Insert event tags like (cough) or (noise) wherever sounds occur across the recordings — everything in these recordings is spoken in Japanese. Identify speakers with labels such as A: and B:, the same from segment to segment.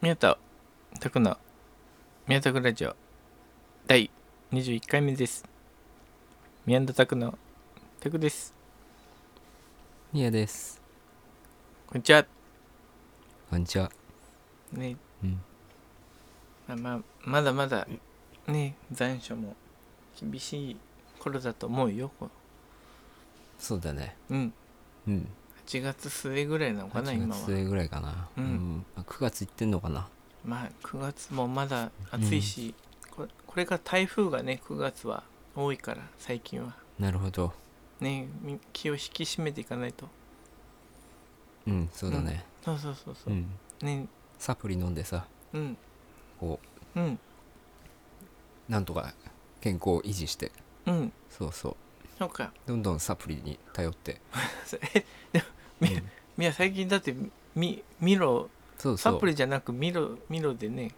A: 宮田拓の宮田拓ラジオ第21回目です宮田拓の拓です
B: 宮です
A: こんにちは
B: こんにちは
A: ね
B: うん
A: まあまあまだまだね残暑も厳しい頃だと思うよこ
B: そうだね
A: ううん
B: うん
A: 8月末ぐらいなのかな
B: 8
A: 今
B: 月
A: は
B: 末ぐらいかな
A: うん
B: あ9月行ってんのかな
A: まあ9月もまだ暑いし、これこれから台風がね9月は多いから最近は
B: なるほど
A: ねみ気を引き締めていかないと
B: うんそうだね
A: そうそうそうそうう、
B: ん
A: ね
B: サプリ飲んでさ
A: うん
B: こ
A: うん
B: うなんとか健康を維持して
A: うん
B: そうそう
A: そうか (laughs)
B: どんどんサプリに頼って
A: そえみ
B: うん
A: み (laughs) や最近だってみミロ
B: そうそ
A: サ
B: う
A: プリじゃなくミロミロでね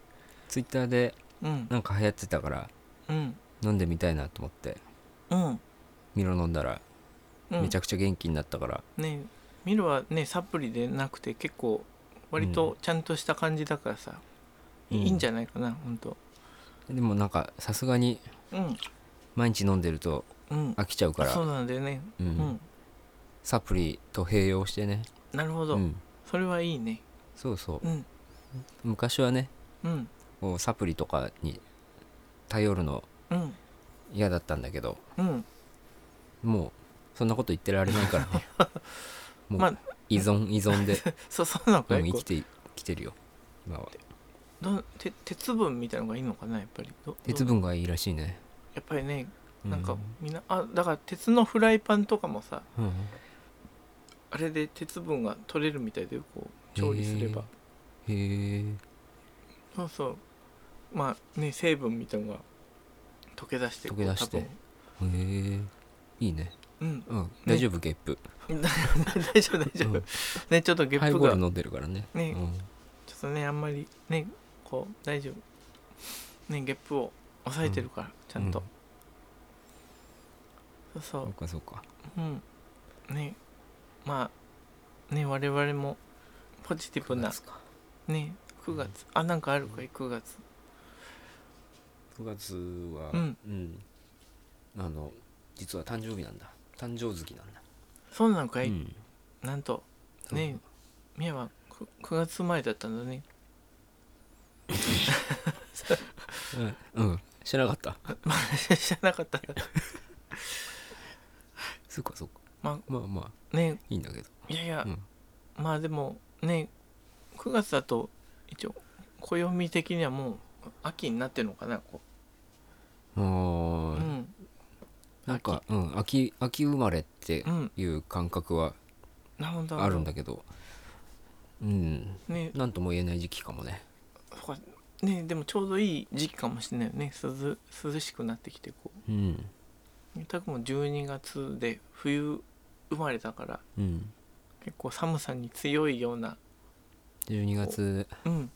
B: ツイッターで
A: うん
B: なんか流行ってたから
A: うん
B: 飲んでみたいなと思って
A: うん
B: ミロ飲んだら
A: うん
B: めちゃくちゃ元気になったから
A: ねミロはねサプリでなくて結構割とちゃんとした感じだからさ、
B: うん
A: いいんじゃないかなほんと
B: でもなんかさすがに
A: うん
B: 毎日飲んでると
A: うん
B: 飽きちゃうから
A: そうなんだよね
B: う
A: うんん
B: サプリと併用してね
A: なるほど、
B: うん
A: それはいいね
B: そうそう
A: うん
B: 昔はね
A: うん
B: こうサプリとかに頼るの
A: うん
B: 嫌だったんだけど
A: うん
B: もうそんなこと言ってられないから
A: (laughs)
B: ねも
A: ま
B: う
A: あ
B: 依存依存で
A: そそうなのか
B: う
A: い
B: ん生
A: こ
B: きてきてるよ今は
A: うどうて鉄分みたいのがいいのかなやっぱりどどう
B: 鉄分がいいらしいね
A: やっぱりね
B: う
A: なんかみんな、あだから鉄のフライパンとかもさ
B: うん
A: あれで鉄分が取れるみたいでこう調理すれば、
B: へえ
A: そうそうまあね成分みたいのが溶け出してこう
B: 溶け出してへえいいね
A: 多分
B: うん大丈夫ゲップ
A: うん (laughs) 大丈夫大丈夫、
B: うん
A: ねちょっとゲ
B: ハイ
A: ップ
B: ボ
A: が
B: ール飲んでるからね
A: ね
B: うん
A: ちょっとねあんまりねこう大丈夫ねゲップを抑えてるから、ちゃんと、そ
B: そううかそうか
A: そううんねまあね我々もポジティブな
B: 九月か
A: ね9月あなんかあるかい9月
B: 9月は
A: うん
B: うんあの実は誕生日なんだ誕生月なんだ
A: そうなのかい、
B: うん
A: なんと
B: そう
A: ねみやは 9, 9月生まれだったんだね
B: うん、うん、知らなかった
A: まあ知らなかったら
B: そうかそうか
A: ま
B: まあまあ
A: あね
B: いいんだけど
A: いやいや、
B: うん
A: まあでもね9月だと一応暦的にはもう秋になってるのかなこ
B: あ
A: う、う
B: ー
A: ん、
B: なんかうん秋秋生まれって
A: うん
B: いう感覚は
A: なるほど
B: あるんだけどうん
A: ね
B: なんとも言えない時期かもね
A: そっかねでもちょうどいい時期かもしれないよね涼涼しくなってきてこ
B: うん
A: うたくも12月で冬生まれだから
B: うん
A: 結構寒さに強いような
B: 12月
A: うん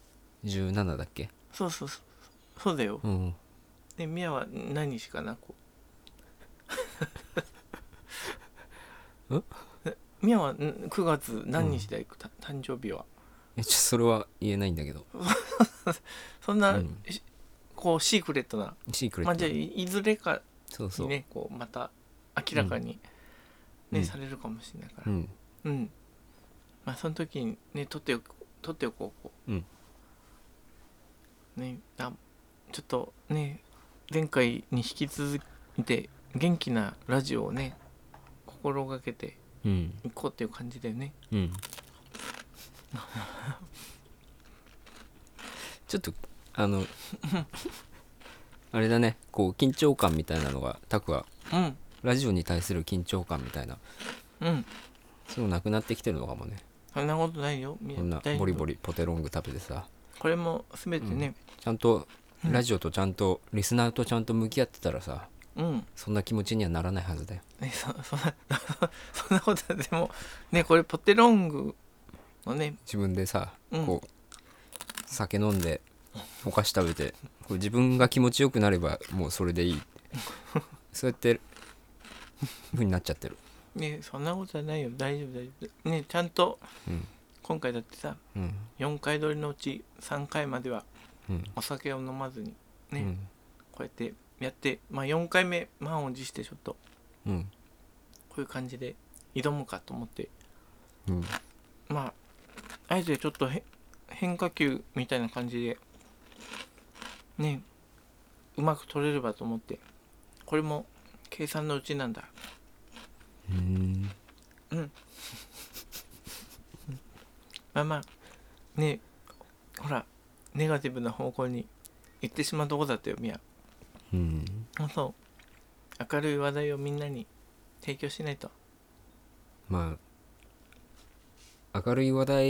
B: 17だっけ
A: そうそうそうそうだよ
B: うん
A: でミヤは何日かなこう
B: (laughs) ん
A: ミヤはん9月何日だいく、た誕生日は
B: えちょそれは言えないんだけど
A: そんな、
B: うん
A: しこうシークレットな
B: シークレ
A: まあ
B: ッ
A: じ
B: ト
A: ゃあいいずれか
B: そうそ
A: に
B: う
A: ねこうまた明らかに、ね
B: うん
A: されるかもしれないか
B: う
A: ら
B: ん
A: うん、まあその時にね撮っておこう撮っておこうこう
B: うん
A: ねあちょっとね前回に引き続いて元気なラジオをね心がけて
B: うん
A: いこうっていう感じだよね
B: うん (laughs) ちょっとあ (laughs) のあれだねこう緊張感みたいなのがタクは
A: うん
B: ラジオに対する緊張感みたいな
A: うん
B: そういうのなくなってきてるのかもね
A: そんなことないよみ
B: こんな
A: 大丈夫
B: ボリボリポテロング食べてさ
A: これも全てね
B: ちゃんと
A: うん
B: ラジオとちゃんとリスナーとちゃんと向き合ってたらさ
A: うん
B: そんな気持ちにはならないはずだよ
A: ね、そそんな (laughs) そんなことはでもねこれポテロングのね
B: 自分でさ
A: うん
B: こう酒飲んでお菓子食べてこう自分が気持ちよくなればもうそれでい
A: (laughs)
B: いそうやってふうになっちゃってる
A: ねそんなことはないよ大丈夫大丈夫ねちゃんと
B: うん
A: こ今回だってさ
B: うん
A: 4回撮りのうち3回までは
B: うん
A: お酒を飲まずに
B: う
A: ね、
B: ん
A: こうやってやって、まあ、4回目満を持してちょっと
B: うん
A: こういう感じで挑むかと思って
B: うん
A: まああえてちょっとへ変化球みたいな感じでねうまく取れればと思ってこれも計算のうちなんだ
B: うん
A: まあまあねほらネガティブな方向に行ってしまうとこだったよみや
B: うん
A: そう明るい話題をみんなに提供しないと
B: まあ明るい話題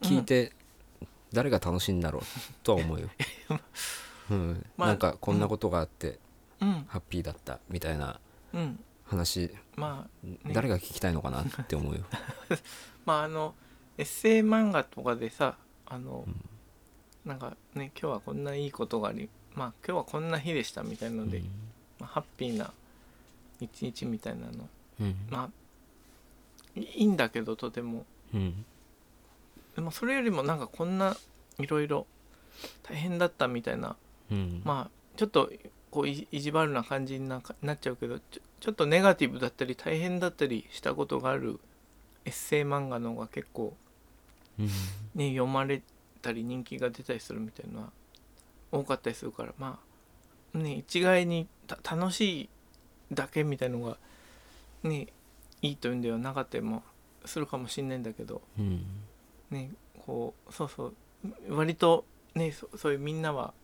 B: 聞いて誰が楽しいんだろうとは思
A: (laughs)
B: うよ、うん
A: まあ
B: なんかこんなことがあって
A: うん
B: ハッピーだったみたいな
A: うん
B: 話
A: まあ
B: 誰が聞きたいのかなって思うよ、
A: まああのエッセイ漫画とかでさあの、
B: うん
A: なんかね今日はこんないいことがありまあ今日はこんな日でしたみた (laughs) いなので、まあ、ハッピーな一日みたいなの
B: うん
A: まあいいいんだけどとても
B: うん
A: でもそれよりもなんかこんないろいろ大変だったみたいな
B: うん
A: まあちょっとこうい意地悪な感じにななっちゃうけどちょちょっとネガティブだったり大変だったりしたことがあるエッセイ漫画の方が結構
B: うん
A: ね読まれたり人気が出たりするみたいなのは多かったりするからまあね一概にた楽しいだけみたいのがねいいというんではなかったりもするかもしんないんだけど
B: うん
A: ねこうそうそう割とねそそういうみんなは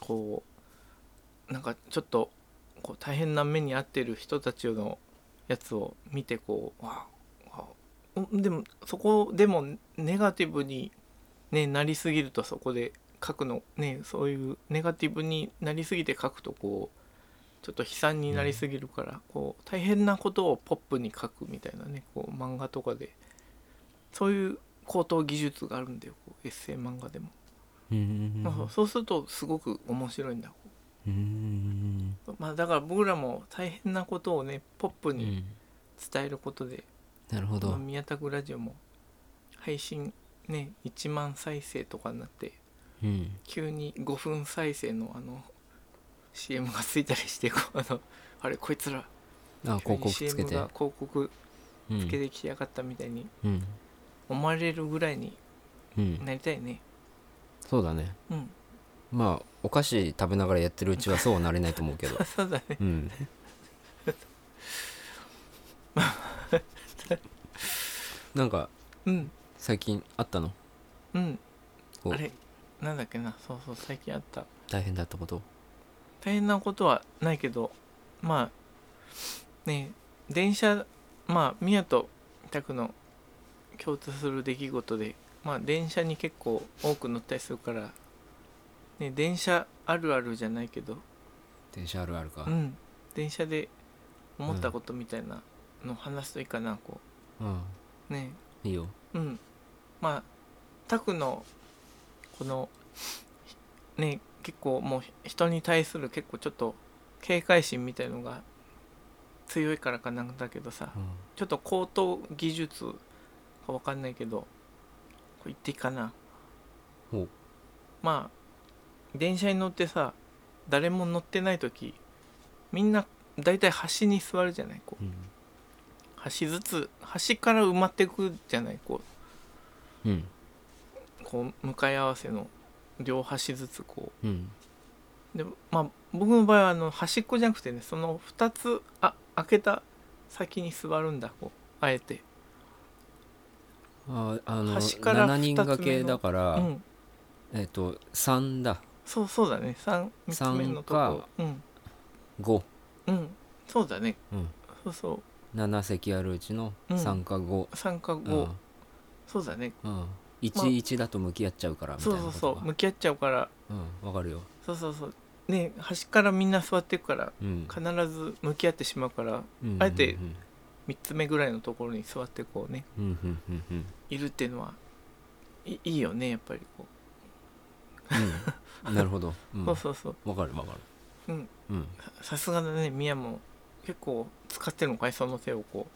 A: こうなんかちょっとこう大変な目に遭ってる人たちのやつを見てこうわあわあんでもそこでもネガティブに、ね、なりすぎるとそこで書くのねそういうネガティブになりすぎて書くとこうちょっと悲惨になりすぎるから、こう大変なことをポップに書くみたいなねこう漫画とかでそういう高等技術があるんだよこうエッセイ漫画でも、
B: うん
A: まあそうするとすごく面白いんだ
B: うん
A: まあだから僕らも大変なことをねポップ
B: う
A: に
B: ん
A: 伝えることで、
B: なるほ
A: まあ
B: ど
A: 宮田グラジオも配信ね1万再生とかになって
B: うん
A: 急に5分再生のあの CM がついたりして (laughs) こうあのあれこいつら
B: あ
A: 急
B: 広
A: に
B: 告つ
A: CM
B: けて
A: が広告
B: う
A: つけ
B: ん
A: てきやがったみたいに
B: うん
A: 思われるぐらいに
B: うん
A: なりたいね
B: そうだね
A: うん
B: まあお菓子食べながらやってるうちはそうはなれないと思うけど
A: そうだね
B: うんなんか
A: うん
B: 最近あったの
A: うん
B: こう
A: あれなんだっけなそうそう最近あった
B: 大変だったこと
A: 大変なことはないけどまあね電車まあ宮と拓の共通する出来事でまあ電車に結構多く乗ったりするから、ね、電車あるあるじゃないけど
B: 電車あるあるか
A: うん電車で思ったことみたいなのを話すといいかな、こ
B: うん
A: うね
B: いいよ
A: うんまあタクのこのね結構もう人に対する結構ちょっと警戒心みたいのが強いからかなんだけどさ
B: うん
A: ちょっと高等技術かわかんないけどこれ言っていいかな
B: お
A: まあ電車に乗ってさ誰も乗ってない時みんな大体端に座るじゃないこう
B: うん
A: 端ずつ端から埋まってくじゃないこう
B: うん
A: こう向かい合わせの両端ずつこ
B: うん
A: うでまあ僕の場合はあの端っこじゃなくてねその2つあ開けた先に座るんだこうあえて
B: ああの
A: 端から
B: 7人掛けだか
A: う
B: ら
A: ん
B: えっと3だ
A: そうそうだね三三つ目のとこうん
B: 5
A: うんそうだね
B: うん
A: そうそ
B: 7席あるうちの3か5
A: う3か
B: うん
A: 5、そうだね
B: うん11だと向き合っちゃうからみたい
A: そ
B: な
A: うそう
B: こ
A: そ
B: と
A: う
B: か
A: 向き合っちゃうから
B: うんわかるよ
A: そうそうそうね端からみんな座ってくから
B: うん
A: 必ず向き合ってしまうから
B: うん
A: あえて
B: うん
A: 3つ目ぐらいのところに座ってこうね
B: うんうんうんうん
A: いるっていうのはいいいよねやっぱりこう (laughs)
B: うんなるほどうん
A: そうそうそう
B: わかるわかる
A: うん
B: うん
A: ささすがだねミヤも結構使ってるのかいその手をこ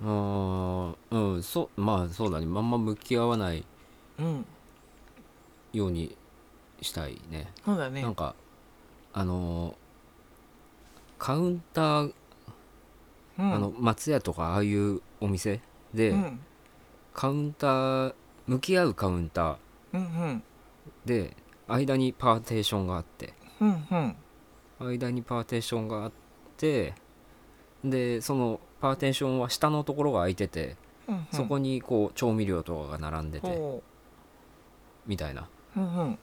B: あーうんそうまあそうだねあんま向き合わない
A: うん
B: ようにしたいね
A: そうだね
B: なんかあのーカウンター、
A: うん
B: あの松屋とかああいうお店で、
A: うん
B: カウンター向き合うカウンター
A: うん
B: で間にパーテーションがあって
A: うんうんうん
B: 間にパーテーションがあってでそのパーテーションは下のところが空いてて、
A: うん
B: そこにこう調味料とかが並んでて
A: ほ
B: みたいな
A: ううんうん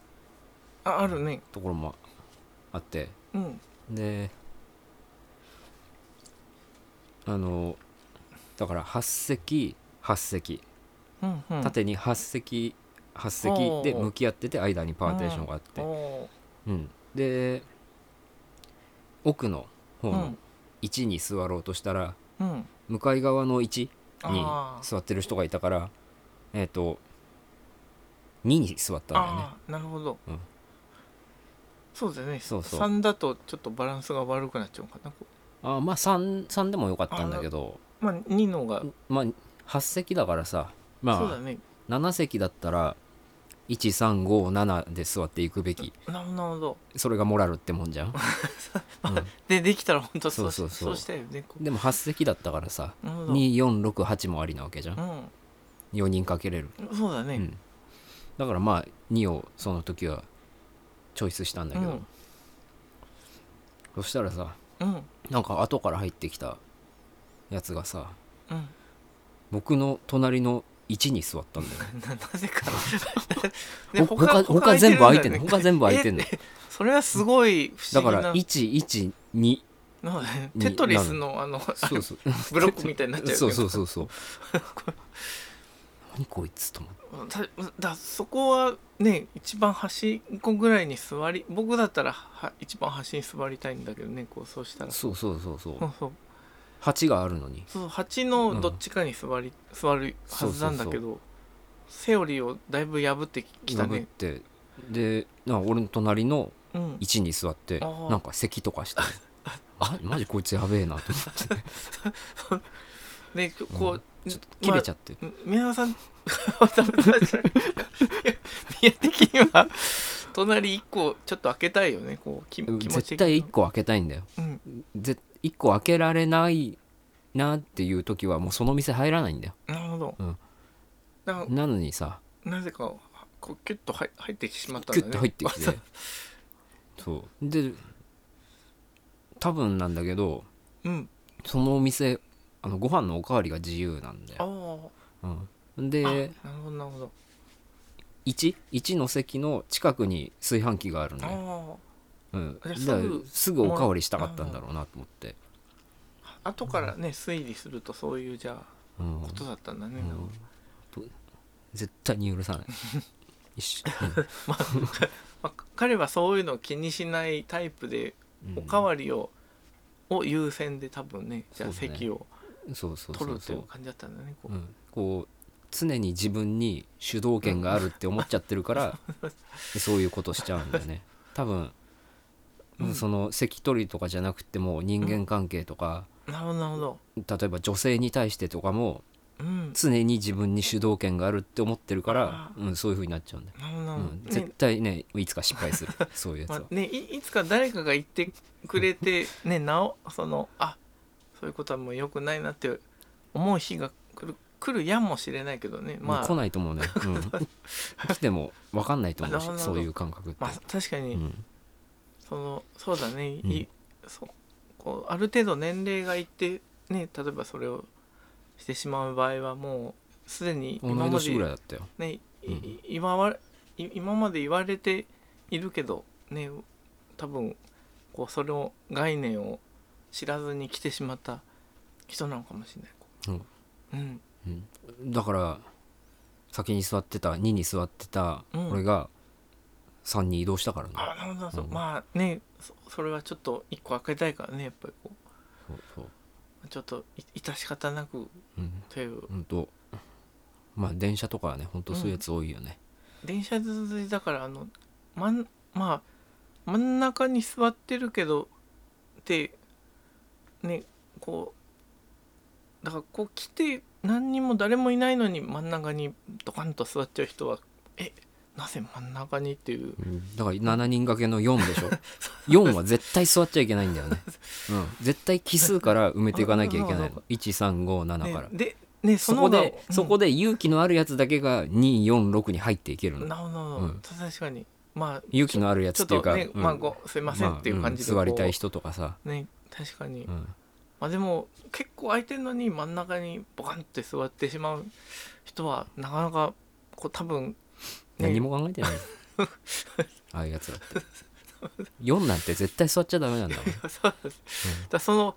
A: ああるね
B: ところもあって
A: うん
B: であのだから8席8席
A: うんうん
B: 縦に8席8
A: お
B: 席
A: ー
B: で向き合ってて間にパーテーションがあって、
A: おー
B: うん、で奥の方
A: う
B: の
A: ん
B: 1に座ろうとしたら、
A: うん
B: 向かい側の1に
A: あー
B: 座ってる人がいたからえっ、と2に座ったんだよね
A: ああなるほど、
B: うん
A: そうだよね
B: そうそう
A: 3だとちょっとバランスが悪くなっちゃうのかなこ
B: あーまあ 3, 3でもよかったんだけど
A: うまあ2のが、
B: まあ8席だからさ
A: そうだ
B: ま
A: ね
B: あ7席だったら1357で座っていくべき
A: なるほどなるほど
B: それがモラルっても
A: (laughs)
B: んじゃん、
A: でできたら本当そうし
B: そ
A: そう
B: うそうそう
A: したいよねこ
B: うんでも8席だったからさ
A: うなるほど
B: 2468もありなわけじゃん4人かけれる、
A: うんそうだね、
B: うん、だからまあ2をその時はチョイスしたんだけど、
A: うん
B: そしたらさ
A: うん
B: なんか後から入ってきたやつがさ
A: うん (laughs)
B: 僕の隣の1に座ったん
A: (laughs)
B: だよね
A: ななぜ
B: (laughs)
A: か
B: ほ他他全部空いてん
A: るだよ
B: の
A: ね
B: 他全部空いて
A: (laughs)
B: んの
A: それはすごい不
B: だ
A: 思
B: か
A: 議な
B: ら112
A: なんかね
B: に
A: テトリスのあの (laughs)
B: そうそう
A: ブロックみたいになっちゃうけど
B: そうそうそ
A: (laughs)
B: うそう何こいつと思って
A: だだそこはね一番端っこぐらいに座り僕だったらは一番端に座りたいんだけどねこうそうしたらそ
B: そうそうそうそう
A: うそうそう
B: 8があるのに
A: 8のどっちかに座り、座るはずなんだけどセオリーをだいぶ破ってきた
B: 破っ
A: ね
B: てでなんか俺の隣の
A: うん
B: 1に座って
A: あー
B: なんか咳と
A: (laughs)
B: かしてあマジこいつやべえなと思って
A: でこう、
B: ちょっと切れちゃって、
A: まあ宮川さん (laughs) 食べたじゃんいや宮的には隣1個ちょっと開けたいよねこう気気持ち的に
B: 絶対1個開けたいんだよ
A: うん
B: ぜ1個開けられないなっていう時はもうその店入らないんだよ
A: なるほど、
B: うん
A: だから
B: なのにさ
A: なぜかこうキュッと入入ってしまったん
B: キ
A: だね
B: ュッと入ってきてそうで多分なんだけど
A: (laughs) うん
B: そのお店あのご飯のおかわりが自由なんだ
A: ああ
B: よ、うん、で
A: あなるほどなるほど
B: 1, 1の席の近くに炊飯器があるのよ、
A: あ
B: うん、
A: じゃあす
B: だから
A: ぐ
B: すぐおかわりしたかったんだろうなと思って、
A: あ後からね推理するとそういうじゃあ
B: うん
A: ことだったんだね、
B: うんと絶対に許
A: (laughs)
B: さない一緒
A: まあ、彼はそういうのを気にしないタイプで
B: うん
A: おかわりを、を優先で多分ねじゃあ
B: そうだね
A: 席を
B: そうそうそ
A: 取
B: う
A: ると
B: そ
A: いう
B: う、
A: 感じだったんだねこ
B: う、
A: うん
B: こう常に自分に主導権があるって思っちゃってるから
A: (laughs)
B: そういうことしちゃうんだよね多分、
A: うん
B: その関取りとかじゃなくても人間関係とか、
A: なるほどなるほど
B: 例えば女性に対してとかも
A: うん
B: 常に自分に主導権があるって思ってるか
A: あ、
B: ら
A: ー
B: うん、そういうふうになっちゃうんだよ、
A: なるほどな
B: う
A: るほ
B: ん、
A: ど、ね
B: 絶対ねいつか失敗す
A: (laughs)
B: るそういうやつ
A: ま
B: は
A: あ、ね、いいつか誰かが言ってくれて
B: (laughs)
A: ねなおそのあそういうことはもう良くないなって思う日が来る来るやもしれないけどねま
B: もう
A: あ
B: 来、ないと思うね、うん、来ても分かんないと思う
A: なるほ
B: し
A: ど
B: そういう感覚って、
A: まあ、確かに、
B: うん
A: そのそうだね、
B: うん
A: いそうこうある程度年齢がいってね例えばそれをしてしまう場合はもうすでに
B: 同
A: 今ま
B: い年ぐらい
A: で、
B: だったよ
A: ねい
B: うん
A: い今はい今まで言われているけどね多分こうそれを概念を知らずに来てしまった人なのかもしれない。こ
B: うん
A: ううん
B: うん、だから先に座ってた2に座ってた
A: うん
B: 俺が3に移動したからね、
A: あなるほどなるほど、
B: うん
A: まあねそそれはちょっと一個開けたいからねやっぱりこ
B: そうそう
A: うちょっとい致し方なく
B: うん
A: という
B: ほんとまあ電車とかはねほんとそういうやつ多いよね、
A: 電車でだからあのまんまあ真ん中に座ってるけどってねこだからこう来て何人も誰もいないのに真ん中にドカンと座っちゃう人はえなぜ真ん中にっていう
B: うんだから7人掛けの4で
A: (laughs)
B: しょ4は絶対座っちゃいけないんだよね、うん、絶対奇数から埋めていかなきゃいけないの1357から、
A: ね、でね
B: そ
A: その
B: こで、
A: うん
B: そこで勇気のあるやつだけが246に入っていけるの
A: なるほど、
B: うん
A: 確かにまあ
B: 勇気のあるやつ
A: ちょ
B: っ
A: って
B: いう
A: と
B: か、
A: ね、
B: うん
A: まあごすいませんっていう感じで、
B: ま
A: こ
B: あ
A: う
B: う
A: ん
B: 座りたい人とかさ、
A: ね確かに、
B: うん
A: まあでも結構空いてるのに真ん中にボカンって座ってしまう人はなかなかこう多分、ね
B: 何も考
A: (laughs)
B: えてないああいうやつだって4なんて絶対座っちゃダメなんだもん、
A: そうなんですだからその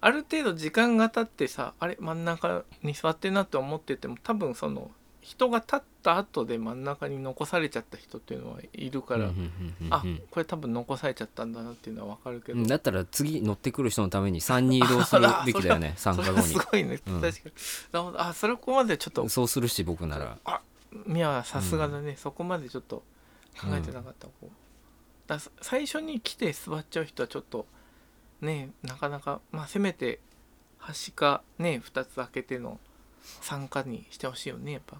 A: ある程度時間が経ってさあれ真ん中に座ってんなって思ってても多分その人が立った後で真ん中に残されちゃった人っていうのはいるから、
B: うんうんうんうんうん
A: あこれ多分残されちゃったんだなっていうのは分かるけど、
B: だったら次乗ってくる人のために3に移動するべきだよね参
A: そ
B: 加
A: れ
B: 後
A: はす
B: に
A: ごいね、
B: う
A: 確
B: ん
A: かになるほどあそれはここまでちょっと
B: そうするし僕なら
A: ミヤはさすがだね、そこまでちょっと考えてなかった、こうださ最初に来て座っちゃう人はちょっとねなかなかまあせめて端かね2つ開けての参加にしてほしいよねやっぱ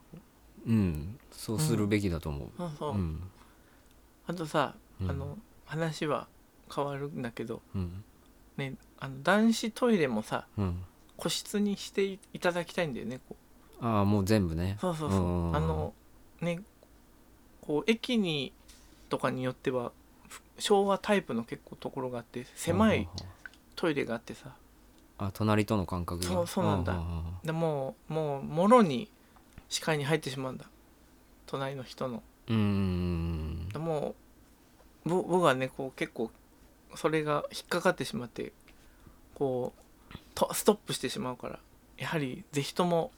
B: うんそうするべきだと思
A: そう
B: う
A: そう、
B: うん
A: あとさ、
B: うん
A: あの話は変わるんだけど
B: うん
A: ねあの男子トイレもさ
B: うん
A: 個室にしていいただきたいんだよねこう
B: ああもう全部ね
A: そうそうそう、
B: ん
A: あのねこう駅にとかによってはふ昭和タイプの結構ところがあって狭
B: うん
A: い
B: うんうん
A: トイレがあってさ
B: あ隣との感覚が
A: そうそうなんだ
B: うううん
A: でもうもうもろに視界に入ってしまうんだ隣の人の
B: うーん
A: でもうぼ僕はねこう結構それが引っかかってしまってこうとストップしてしまうからやはりぜひとも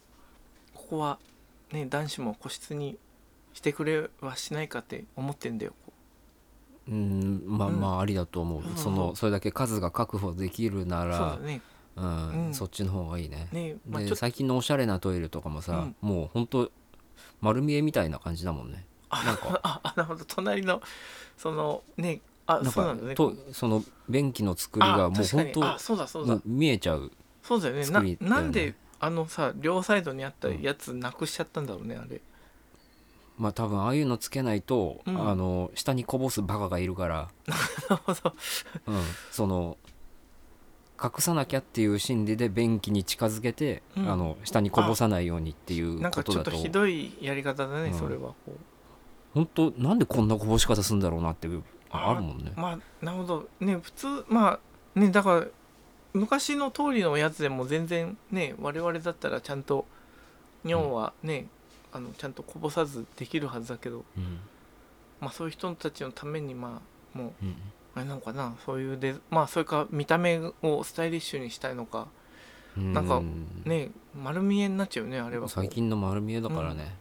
A: ここはね男子も個室にしてくれはしないかって思ってんだよ
B: うんまあ
A: うん
B: まあありだと思う、
A: うん
B: そのそれだけ数が確保できるな
A: そうだ
B: ら
A: ね
B: う、
A: うん
B: ん、そっちの方がいいね
A: ねまあちょっ
B: で
A: と
B: 最近のおしゃれなトイレとかもさ、もうほんと丸見えみたいな感じだもんね
A: あ
B: なんか
A: あ (laughs) あなるほど隣のそのねあ
B: なん
A: そう
B: か
A: なんだね
B: とその便器の作りが
A: あ
B: もう
A: 確か
B: 本
A: に
B: 当
A: あそうだそうだ、
B: もう見えちゃう
A: そうだよね
B: 作りだよ
A: な
B: ね
A: なんであのさ両サイドにあったやつなくしちゃったんだろうねあ
B: (laughs)
A: れ
B: まあ多分ああいうのつけないと、
A: うん
B: あの下にこぼすバカがい
A: (laughs)
B: るから、
A: なるほど
B: うん、その隠さなきゃっていう心理で便器に近づけて、
A: うん
B: あの下にこぼさないようにっていう
A: なん
B: こ
A: か
B: と
A: ちょっ
B: だ
A: と
B: と
A: ひどいやり方だね、
B: うん
A: それはこう
B: 本当なんでこんなこぼし方するんだろうなっていうあ
A: あ
B: あるもんね。
A: まあなるほどね普通まあねだから昔の通りのやつでも全然ね我々だったらちゃんと尿はね、あのちゃんとこぼさずできるはずだけど、
B: うん
A: まあ、そういう人たちのためにまあもう
B: うん
A: あれなのかなそういうでまあそれか見た目をスタイリッシュにしたいのか
B: うん
A: なんかね丸見えになっちゃうよねあれは
B: 最近の丸見えだからね、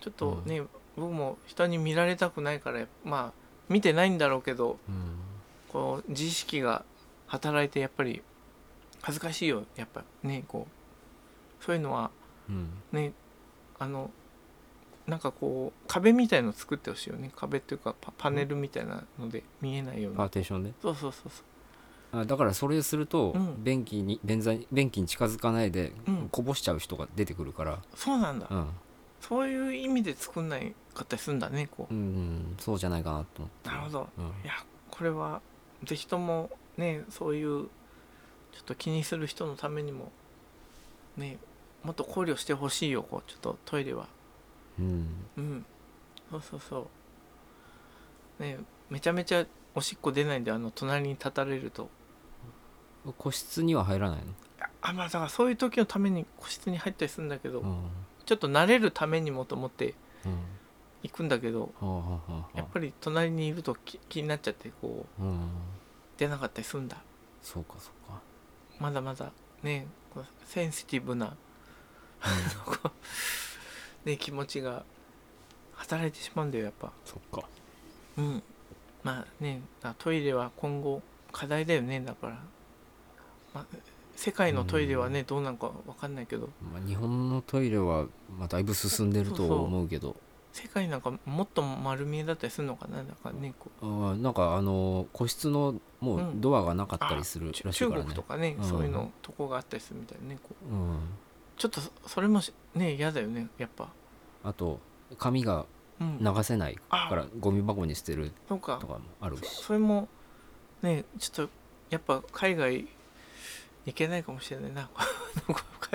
A: ちょっとね、僕も人に見られたくないからまあ見てないんだろうけど
B: うん
A: こう自意識が働いてやっぱり恥ずかしいよやっぱねこうそういうのは
B: うん
A: ねあのなんかこう壁みたいの作ってほしいよね壁っていうかパパネルみたいなので見えないよう
B: パー
A: な
B: テーションね
A: そうそうそうそ
B: あだからそれすると、
A: うん
B: 便器に便座に便器に近づかないで、
A: うん
B: こぼしちゃう人が出てくるから、
A: うそうなんだ
B: うん
A: そういう意味で作んないかったりするんだねこ
B: うんうん、そうじゃないかなと思って
A: うなるほど
B: うん
A: いやこれはぜひともねそういうちょっと気にする人のためにもねもっと考慮してほしいよこうちょっとトイレは
B: うん
A: うんそうそうそうねめちゃめちゃおしっこ出ないんであの隣に立たれると
B: 個室には入らない
A: ああまあだからそういう時のために個室に入ったりするんだけど、
B: の、うんうん
A: ちょっと慣れるためにもと思って行くんだけど
B: はあはあはあ
A: やっぱり隣にいるとき気になっちゃってこう
B: うん、
A: 出なかったりするんだ
B: そうかそうか
A: まだまだねこうセンシティブな、 (laughs) こうね、気持ちが働いてしまうんだよやっぱ
B: そっか
A: うんまあねだトイレは今後課題だよねだから、まあ、世界のトイレはね、どうなのかわかんないけど
B: まあ、日本のトイレは、まあ、だいぶ進んでると
A: そうそう
B: 思うけど
A: 世界なんかもっと丸見えだったりするのかなだからねこう
B: あーなんかあの個室のもううんドアがなかったりする
A: ち
B: らしい
A: 中
B: から
A: 国
B: ね
A: とかね、
B: うん
A: そういうのとこがあったりするみたいなねこう
B: うん、
A: ちょっとそそれもしね嫌だよねやっぱ、
B: あと紙が
A: うん、
B: 流せないからゴミ箱に捨てる
A: そうか
B: とかもあるし
A: それもねちょっとやっぱ海外行けないかもしれない (laughs) ななんか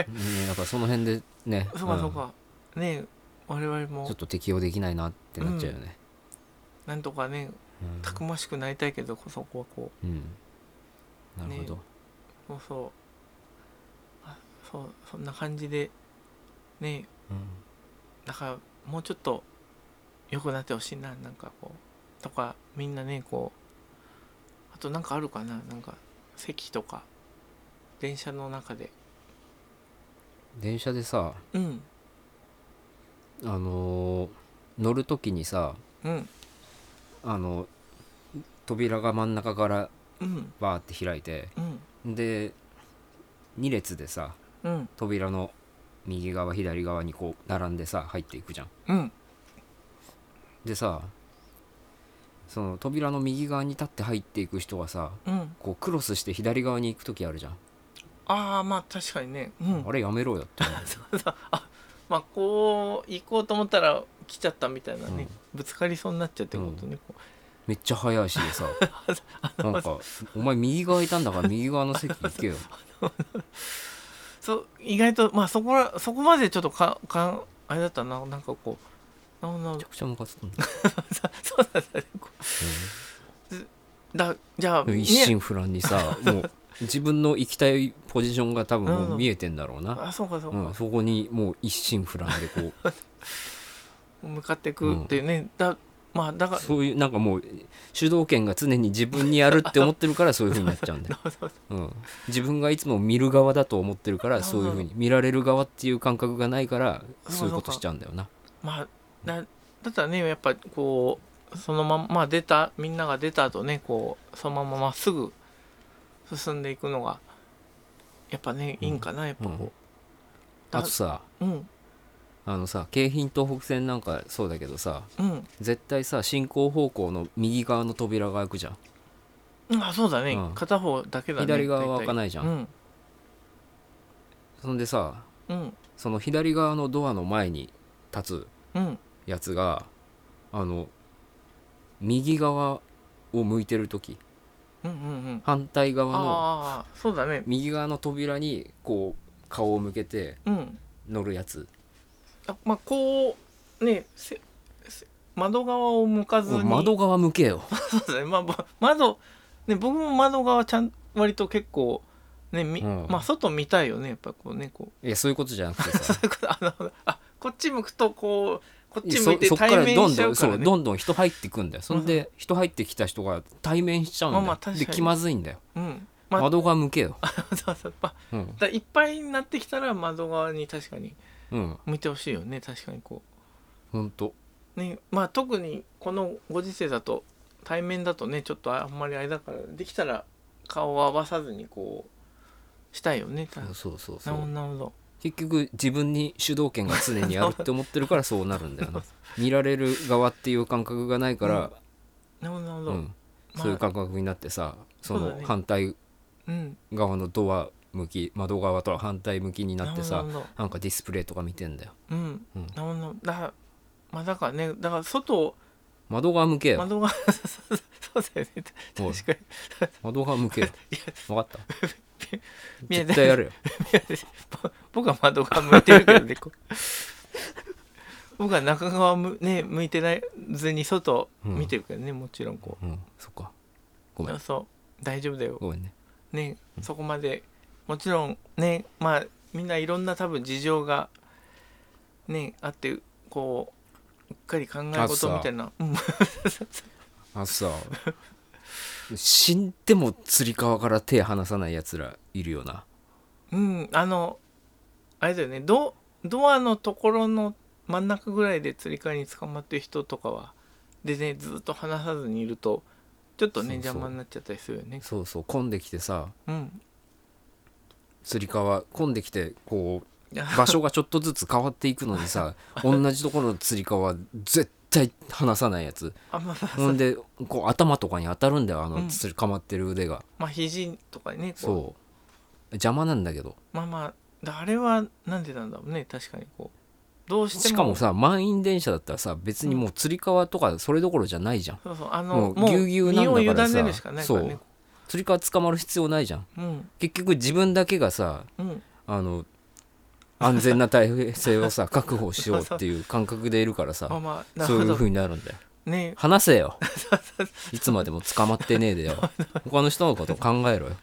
A: 海
B: ねだからその辺でね
A: そうか
B: ん
A: そうか、ね我々
B: ちょっ
A: も
B: と適用できないなってなっちゃうよね、
A: なんとかね
B: うん
A: たくましくなりたいけどそこはこ
B: うんなるほど、
A: うそうそうあそうそんな感じでね
B: うん
A: だからもうちょっと良くなってほしいななんかこうとかみんなねこうあとなんかあるかななんか席とか電車の中で
B: 電車でさ
A: うん
B: あのー乗る時にさ
A: うん
B: あの扉が真ん中から
A: うん
B: バーって開いて
A: うん
B: で2列でさ
A: うん
B: 扉の右側左側にこう並んでさ入っていくじゃん
A: うん
B: でさその扉の右側に立って入っていく人がさ
A: うん
B: こうクロスして左側に行く時あるじゃん、
A: ああまあ確かにねうん
B: あれやめろよって思う (laughs)
A: まあこう行こうと思ったら来ちゃったみたいなね、
B: うん
A: ぶつかりそうになっちゃってことね、こ
B: めっちゃ早いしで (laughs) さなんか「お前右側いたんだから右側の席行けよ
A: うそう意外とまあそこらそこまでちょっとかかあれだったななんかこうなるほどな」る
B: めち
A: ほ
B: ゃくちゃムカつくんだ、
A: どそうそうなんだねこうだじゃあ、
B: うん
A: ね、
B: 一心不乱にさもう自分の行きたいポジションが多分もう見えてんだろうな、
A: あそうかそう
B: う
A: か、
B: ん、そこにもう一心不乱でこう
A: 向かってくっていうね、だまあだから
B: そういうなんかもう主導権が常に自分にあるって思ってるから (laughs) そういうふうになっちゃうんだよ、
A: なるほど
B: うん、自分がいつも見る側だと思ってるからそういうふうに見られる側っていう感覚がないからそういうことしちゃうんだよな
A: まあだだったらねやっぱこうそのまままあ出たみんなが出た後ねこうそのまままっすぐ進んでいくのがやっぱねいいんかな、やっぱこう
B: あとさ
A: うん
B: あのさ京浜東北線なんかそうだけどさ
A: うん、
B: 絶対さ進行方向の右側の扉が開くじゃん
A: うん、あそうだね、
B: うん
A: 片方だけだね
B: 左側は開かないじゃん
A: うん
B: そんでさ
A: うん
B: その左側のドアの前に立つ
A: うん
B: やつがあの右側を向いてる時
A: うんうんうん
B: 反対側の
A: ああそうだね
B: 右側の扉にこう顔を向けて
A: うん
B: 乗るやつ
A: あまあこうねせせ窓側を向かず
B: もう
A: に
B: 窓側向けよ
A: そうですね、まあぼ、窓、ね、僕も窓側ちゃん、割と結構、ね、み、
B: うん
A: まあ、外見たいよね、やっぱこうね、 (laughs) こ
B: いやそういうことじゃなくてさ
A: う。あの、あ、こっち向くと、こう、こっち向い
B: そ
A: て
B: そっか
A: 対
B: らど
A: 面し
B: ん
A: ちゃ
B: ど
A: うんか
B: そ
A: ら
B: う
A: ね。
B: どんどん人入ってくんだよそんで人入ってきた人が対面しちゃうんだよ、
A: まあまあ確かに
B: で気まずいんだよ、
A: うん。 (laughs) まあ、
B: 窓側向けよ、
A: そうそう、まあ、
B: うん
A: だいっぱいになってきたら、窓側に確かに
B: うん
A: 向いてほしいよね、確かにこ
B: ほんと
A: う。ね、まあ、特に、このご時世だと、対面だとね、ちょっとああんまりあれだから、できたら、顔を合わさずに、こう、したいよね。たなる
B: そうそうそ
A: ほど、
B: う
A: なるほど。
B: 結局自分に主導権が常にあるって思ってるからそうなるんだ
A: (laughs)
B: よな見られる側っていう感覚がないから、
A: なるほど、なるほ
B: うん
A: ど。まあ
B: そういう感覚になってさそ
A: そう
B: の
A: だね
B: 反対
A: うん。
B: 側のドア向き窓側とは反対向きになって
A: な
B: さ
A: るほどなる
B: なんかディスプレイとか見てんだよ、
A: ほどうん
B: うん、
A: なるほどだまあだからねだから外を
B: 窓側向けよ、
A: 窓が (laughs) そうそうだよね
B: おい
A: 確かに
B: 窓側
A: (laughs)
B: 向けよ分かった
A: いや
B: 絶対や
A: (laughs)
B: るよ
A: 僕は窓が向いてるけど
B: (laughs)
A: ねこう僕は中側むね向いてないずに外を見てるけどね、もちろんこ
B: うんそっか
A: う
B: ごめん
A: そう大丈夫だよ
B: ごめんね
A: ねそこまでもちろんねまあみんないろんな多分事情がねあってこううっかり考え
B: あそ
A: 事
B: う
A: みたいなうん (laughs)
B: あさ死んでもつり革から手離さないやつらいるよな
A: うんあのあれだよねドドアのところの真ん中ぐらいでつり替えに捕まってる人とかはでねずっと話さずにいるとちょっとね
B: そうそう
A: 邪魔になっちゃったりするよね
B: そうそう混んできてさ
A: うん
B: つり革混んできてこう場所がちょっとずつ変わっていくのに
A: (laughs)
B: さ同じところのつり革は絶対離さないやつ
A: あまあまあ
B: ほんでこう頭とかに当たるんだよあ
A: うん
B: のつりかまってる腕が、
A: まあ肘とかねこ
B: そう邪魔なんだけど
A: うまあまあだあれはなんでなんだろうね確かにこうどうしても
B: しかもさ満員電車だったらさ別にもうつり革とかそれどころじゃないじゃん
A: そうそうあの
B: もうぎゅうぎゅうなんだからさ
A: 身を委ねるしかないからね
B: つり革捕まる必要ないじゃん
A: うん
B: 結局自分だけがさ
A: うん
B: あの安全な体制
A: (laughs)
B: をさ確保しようっていう感覚でいるから
A: まあ
B: さ
A: まあな
B: そ
A: るほ
B: ういう
A: ど
B: 風になるんだよ
A: ね
B: 話
A: (laughs)
B: せよいつまでも捕まってねえでよ他の人のこと考えろよ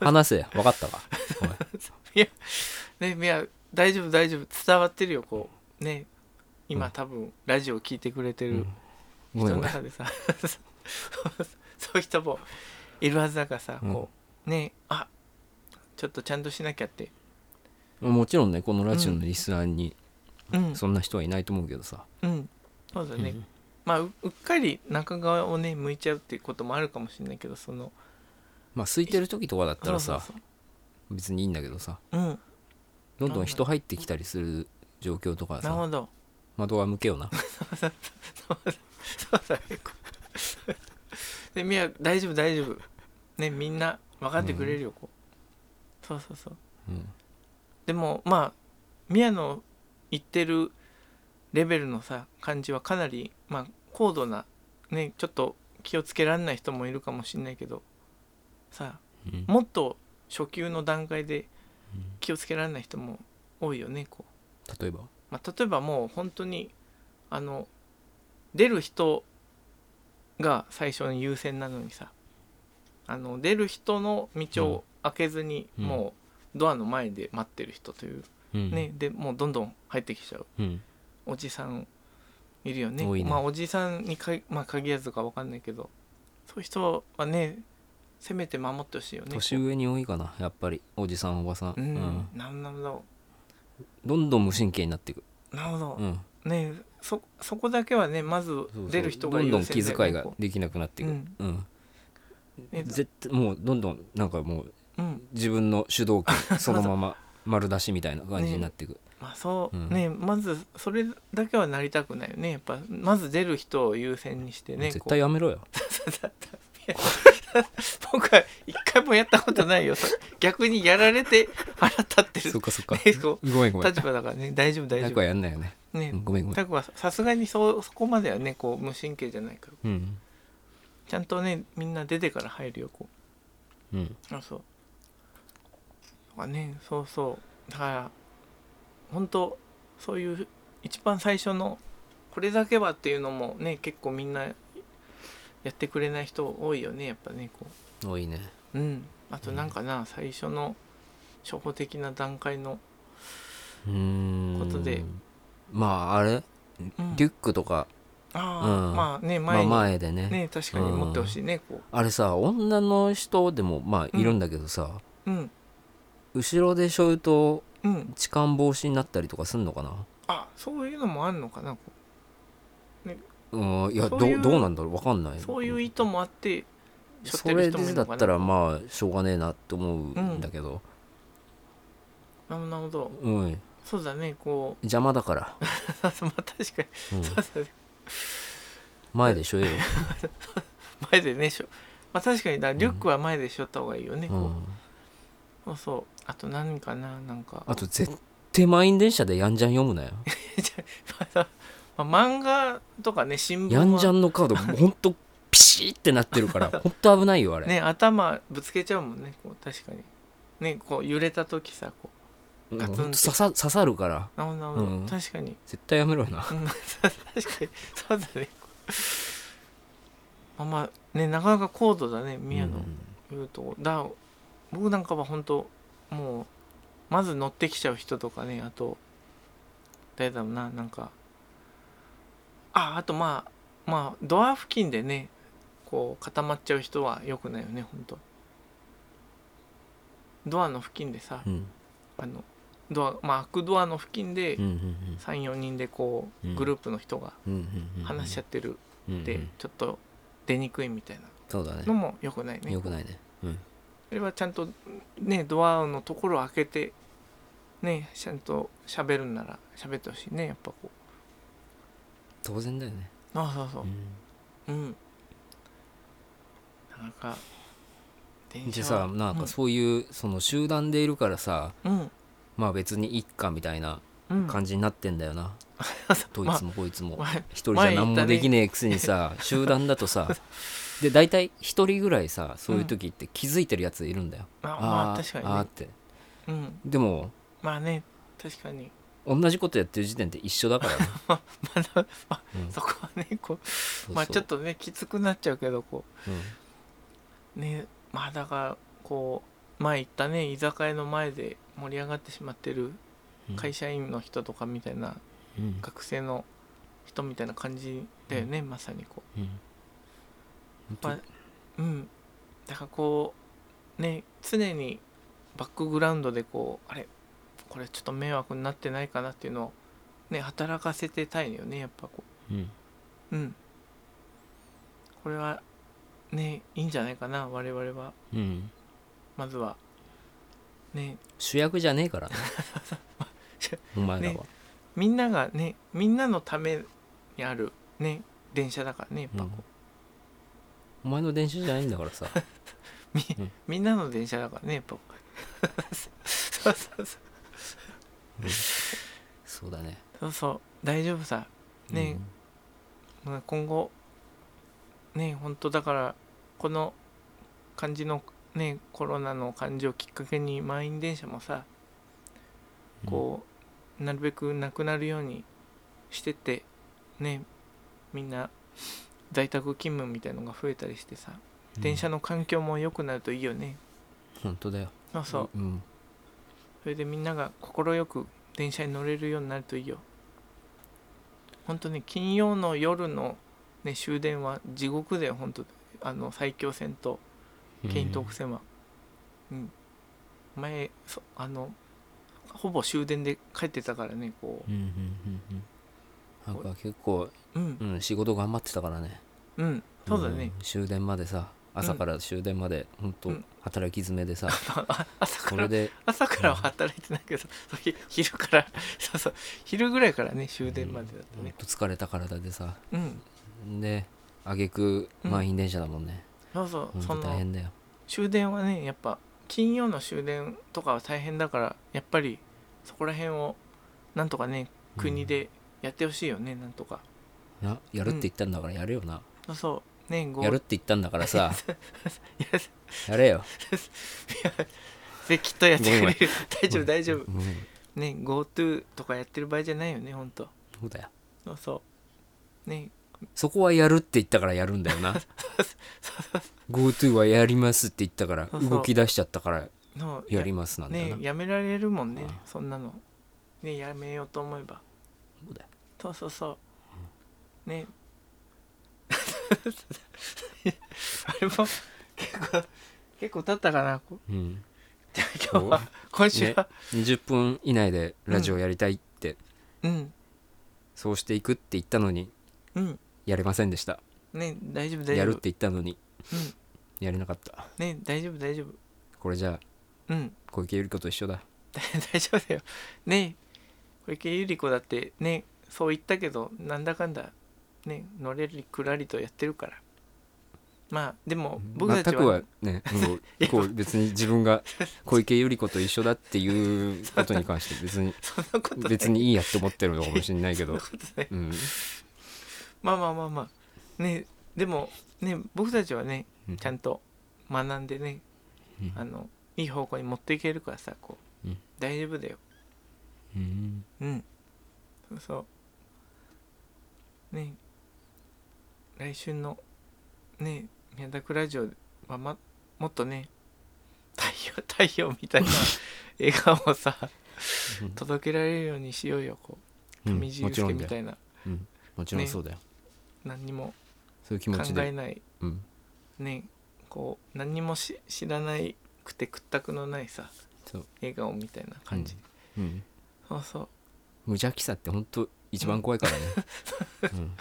B: 話せよ分かったかおい
A: ねいや大丈夫大丈夫伝わってるよこうね今多分ラジオ聞いてくれてる人
B: ごめん
A: の
B: ごめん
A: 中でさ (laughs) そういう人もいるはずだからさこうねあちょっとちゃんとしなきゃって
B: もちろんねこのラジオのリスナーに
A: うん
B: そんな人はいないと思うけどさ、
A: うんそうだね
B: うん
A: まあううっかり中側をね向いちゃうっていうこともあるかもしれないけどその
B: まあ空いてる時とかだったらさ
A: そうそう
B: 別にいいんだけどさ
A: そううん
B: どんどん人入ってきたりする状況とかは
A: なる
B: さ
A: ほど
B: 窓は向けよ
A: (laughs)
B: な
A: そう (laughs) だねこうでみや大丈夫大丈夫ねみんな分かってくれるよ、こうそうそうそう
B: うん
A: でもまあみやの言ってるレベルのさ感じはかなりまあ高度なねちょっと気をつけられない人もいるかもしれないけどさ
B: うん
A: もっと初級の段階で気をつけられない人も多いよねこう
B: 例えば
A: まあ、例えばもう本当にあの出る人が最初に優先なのにさあの出る人の道を開けずに、
B: うん
A: もうドアの前で待ってる人という、
B: うん
A: ねでもうどんどん入ってきちゃう
B: うん
A: おじさんいるよね
B: 多いね
A: まあ、おじさんにか、まあ、限らずか分かんないけどそういう人はねせめて守ってほしいよね。
B: 年上に多いかなやっぱりおじさんおばさん、
A: う
B: うんん、
A: なんなんだろ
B: どんどん無神経になっていく、
A: うなるほど、
B: うん、
A: ねそそこだけはねまず
B: そうそう
A: 出る人が
B: どん
A: 優
B: ど
A: 先
B: ん
A: だよね
B: 気遣いが
A: こう
B: できなくなっていく、
A: う
B: うん
A: んえ
B: 絶対もうどんどんなんかもう
A: うん、
B: 自分の主
A: (laughs)
B: 導権そのまま丸出しみたいな感じになっていく、
A: まあそう、
B: うん
A: ねまずそれだけはなりたくないよねやっぱまず出る人を優先にしてね
B: 絶対
A: こ
B: やめろよ
A: う僕は一回もやったことないよそれ逆にやられて腹立ってる
B: そっか
A: (laughs)
B: そっか
A: ねこ
B: ごめんご
A: う
B: めん
A: 立場だからね大丈夫大
B: タ
A: 丈
B: ク
A: 夫
B: はやんないよね
A: ね
B: うんごめんごめん
A: タクはさすがにそうそこまではねこう無神経じゃないから
B: うん
A: ちゃんとねみんな出てから入るよこう
B: うん
A: あそうとかねそうそうだから本当そういう一番最初のこれだけはっていうのもね結構みんなやってくれない人多いよねやっぱねこ
B: 多いね
A: ううんあとなんかな、最初の初歩的な段階の、
B: うーん
A: ことで
B: まああれ
A: うん
B: リュックとか、
A: ああ、
B: うん
A: まあね
B: ま
A: 前
B: あ、
A: に、
B: 前でね
A: ね確かに持ってほしいね、こ
B: あれさ女の人でもまあいるんだけどさ、
A: ううん
B: 後ろで背負うと
A: うん
B: 痴漢防止になったりとかすんのかな
A: あそういうのもあんのかなこ
B: うんいや
A: そう
B: ど
A: いう
B: うどうなんだろう分かんな
A: う
B: い
A: そういう意図もあってしょっ
B: そ
A: てる
B: れ
A: 人もい
B: で
A: るの
B: だっ
A: かな
B: たらまあしょうがねえなって思うんだけど、
A: なるほど
B: うん
A: そうだねこう
B: 邪魔だから、
A: (laughs) まあ確かに、 (laughs)
B: うん
A: そうだね
B: 前でしょえよ、
A: 前でねしょまあ確かにだリュックは前でしょった方がいいよね、
B: う、
A: こうん (laughs) そうそうあと何かななんか
B: あと絶対満員電車でやんじゃん読
A: (laughs)
B: むなよ
A: じゃあまあ (laughs) まあ漫画とかね新聞
B: や
A: は
B: んじゃんのカ
A: (laughs)
B: ードほんとピシーってなってるからほんと危ないよあれ、
A: ね頭ぶつけちゃうもんねこう確かにねこう揺れた時さこ
B: うん
A: ガツンって
B: ほんと刺さ刺さるから
A: うなるほどなるほど、
B: うん
A: 確かに、
B: 絶対やめろよな
A: うん、確かにそうだねまあまあねなかなか高度だね宮野、いうとこだ僕なんかは本当もうまず乗ってきちゃう人とかねあと誰だろうななんかああとまあまあドア付近でねこう固まっちゃう人は良くないよね本当ドアの付近でさ、
B: うん
A: あのドアまあ開くドアの付近で
B: うんうんうん
A: 34人でこう、
B: うん
A: グループの人が
B: うんうんうん
A: 話し合ってる
B: うんうん
A: で、ちょっと出にくいみたいな
B: そうだね
A: のも良くないね
B: よくないねうん
A: それはちゃんとねドアのところを開けてねちゃんと喋るんなら喋ってほしいねやっぱこう
B: 当然だよね、
A: あそうそううんうんなかなか電
B: じ
A: 車
B: ゃあ
A: は
B: さなんかそういう、その集団でいるからさ
A: うん
B: まあ別にいっかみたいな
A: うん (laughs)
B: 感じになってんだよな、どいつもこいつも、
A: 前
B: 一人じゃ何もでき
A: ね
B: ねえくせにさ、集団だとさで大体一人ぐらいさそういう時って気づいてるやついるんだよ、
A: あ
B: あ
A: まあ
B: ー
A: 確かに
B: あー
A: ね
B: って
A: うん
B: でも
A: まあね確かに
B: 同じことやってる時点で一緒だからな
A: まだ、まあ
B: うん
A: そこはねこう
B: そうそう
A: まあちょっとねきつくなっちゃうけどこ
B: うん
A: うねまあだからこう前言ったね居酒屋の前で盛り上がってしまってる
B: うん
A: 会社員の人とかみたいな
B: うん
A: 学生の人みたいな感じだよね、まさにこ
B: うん
A: う、まあ、うんだからこうね常にバックグラウンドでこうあれこれちょっと迷惑になってないかなっていうのをね働かせてたいよねやっぱこ
B: うん
A: ううんこれはねいいんじゃないかな我々は
B: うん
A: まずはね
B: 主役じゃねえ
A: (laughs)
B: からなお前らは、
A: ねみんながねみんなのためにあるね電車だからねやっぱこう、
B: うんお前の練習じゃないんだからさ
A: みんなの電車だからねやっ
B: (laughs)
A: ぱそうそうそう
B: そうだね
A: そうそう大丈夫さねまあ今後ね本当だからこの感じのねコロナの感じをきっかけに満員電車もさ
B: うん
A: こうなるべくなくなるようにしてってねみんな在宅勤務みたいのが増えたりしてさ
B: うん
A: 電車の環境も良くなるといいよね、
B: 本当だよ
A: そうそう
B: うん
A: それでみんなが快く電車に乗れるようになるといいよ本当ね金曜の夜の、ね、終電は地獄だよ本当あの埼京線と京浜東北線はうん、お前そあのほぼ終電で帰ってたからねこ
B: うんうんうんうんうんなんか結構、
A: ううん
B: うん、仕事頑張ってたからね
A: うんそうだね、
B: ん終電までさ朝から終電まで本当、
A: うん
B: 働き詰め
A: (laughs)
B: でさ
A: 朝
B: そ
A: か
B: れ
A: ら
B: で
A: 朝からは働いてないけど、そうひ昼からそうそう昼ぐらいからね終電までだった
B: ほん
A: ね
B: と疲れた体でさ
A: うん、
B: で挙句
A: うん
B: 満員電車だもんね、
A: そうそう、
B: ほんと
A: その
B: 大変だよ
A: 終電はねやっぱ金曜の終電とかは大変だからやっぱりそこら辺をなんとかね国でやってほしいよね、なんとか
B: なやるって言ったんだからやるよな、
A: そうそうねゴ
B: や
A: ー
B: るっ
A: ル
B: て言ったんだからさ
A: い (laughs) や
B: やれよ、
A: できっとやってく
B: ごめ
A: れ
B: ん
A: る大丈夫 (laughs) 大丈夫
B: うん、
A: ね GoTo とかやってる場合じゃないよねほんと
B: そうだよ
A: そうそうね
B: そこはやるって言ったからやるんだよ
A: (laughs)
B: な GoTo はやりますって言ったから
A: そうそう
B: 動き出しちゃったから
A: の
B: やりますなんだよ
A: ね
B: な、
A: やめられるもんね
B: うん
A: そんなのねやめようと思えば
B: そうだよ
A: そうそうそう
B: (laughs)
A: ねあれも結構結構経ったかなこ
B: うん、
A: じゃあ今日は今週
B: ね
A: は、
B: 20分以内でラジオやりたいって、そうしていくって言ったのに
A: うん
B: やれませんでした
A: うんね大丈夫大丈夫
B: やるって言ったのに
A: うん
B: やれなかった
A: ね大丈夫大丈夫
B: これじゃ
A: うん (laughs)
B: あ小池百合子と一緒だ
A: 大丈夫だよね小池百合子だってねそう言ったけどなんだかんだねのれりくらりとやってるからまあでも僕たち
B: 全く
A: は
B: は
A: (laughs)
B: ねもうこう別に自分が小池百合子と一緒だっていうことに関して別に
A: そんなことない
B: 別にいいやって思ってるのかもしれないけ
A: そん
B: ど
A: なことない
B: うん
A: まあまあまあまあねでもね僕たちはね
B: うん
A: ちゃんと学んでね
B: うん
A: あのいい方向に持っていけるからさこう、
B: うん
A: 大丈夫だよ
B: うん
A: うんそうそうね来週のね宮田クラジオは、ま、もっとね太陽 (laughs) 太陽み
B: (laughs)
A: たいな笑顔をさ届けられるようにしようよこう
B: うん
A: 上地
B: も
A: 雄
B: ちろ
A: 介
B: ん
A: み
B: だ
A: た
B: よ
A: いな
B: うんもちろんそうだよ
A: 何にも
B: そういう気
A: 考
B: 持ち
A: え
B: で
A: ない
B: うん
A: ねこう何にもし知らないくて屈託のないさ
B: そう
A: 笑顔みたいな感じ、
B: うん
A: そうそう
B: 無邪気さって本当一番怖いからねうん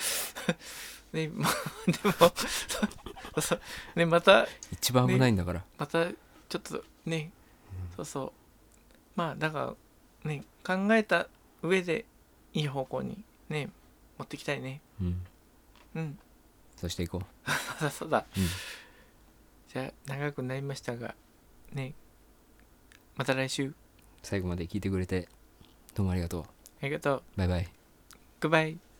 A: で (laughs) までもそうそうでまた
B: 一番危ないんだから
A: またちょっとね、そうそうまあだからね考えた上でいい方向にね持ってきたいね
B: うん
A: うん
B: そうしていこ
A: そうだそうだ、
B: うん
A: じゃあ長くなりましたがねまた来週
B: う最後まで聞いてくれてどうもありがとう
A: ありがとう
B: バイバイ
A: グッバイ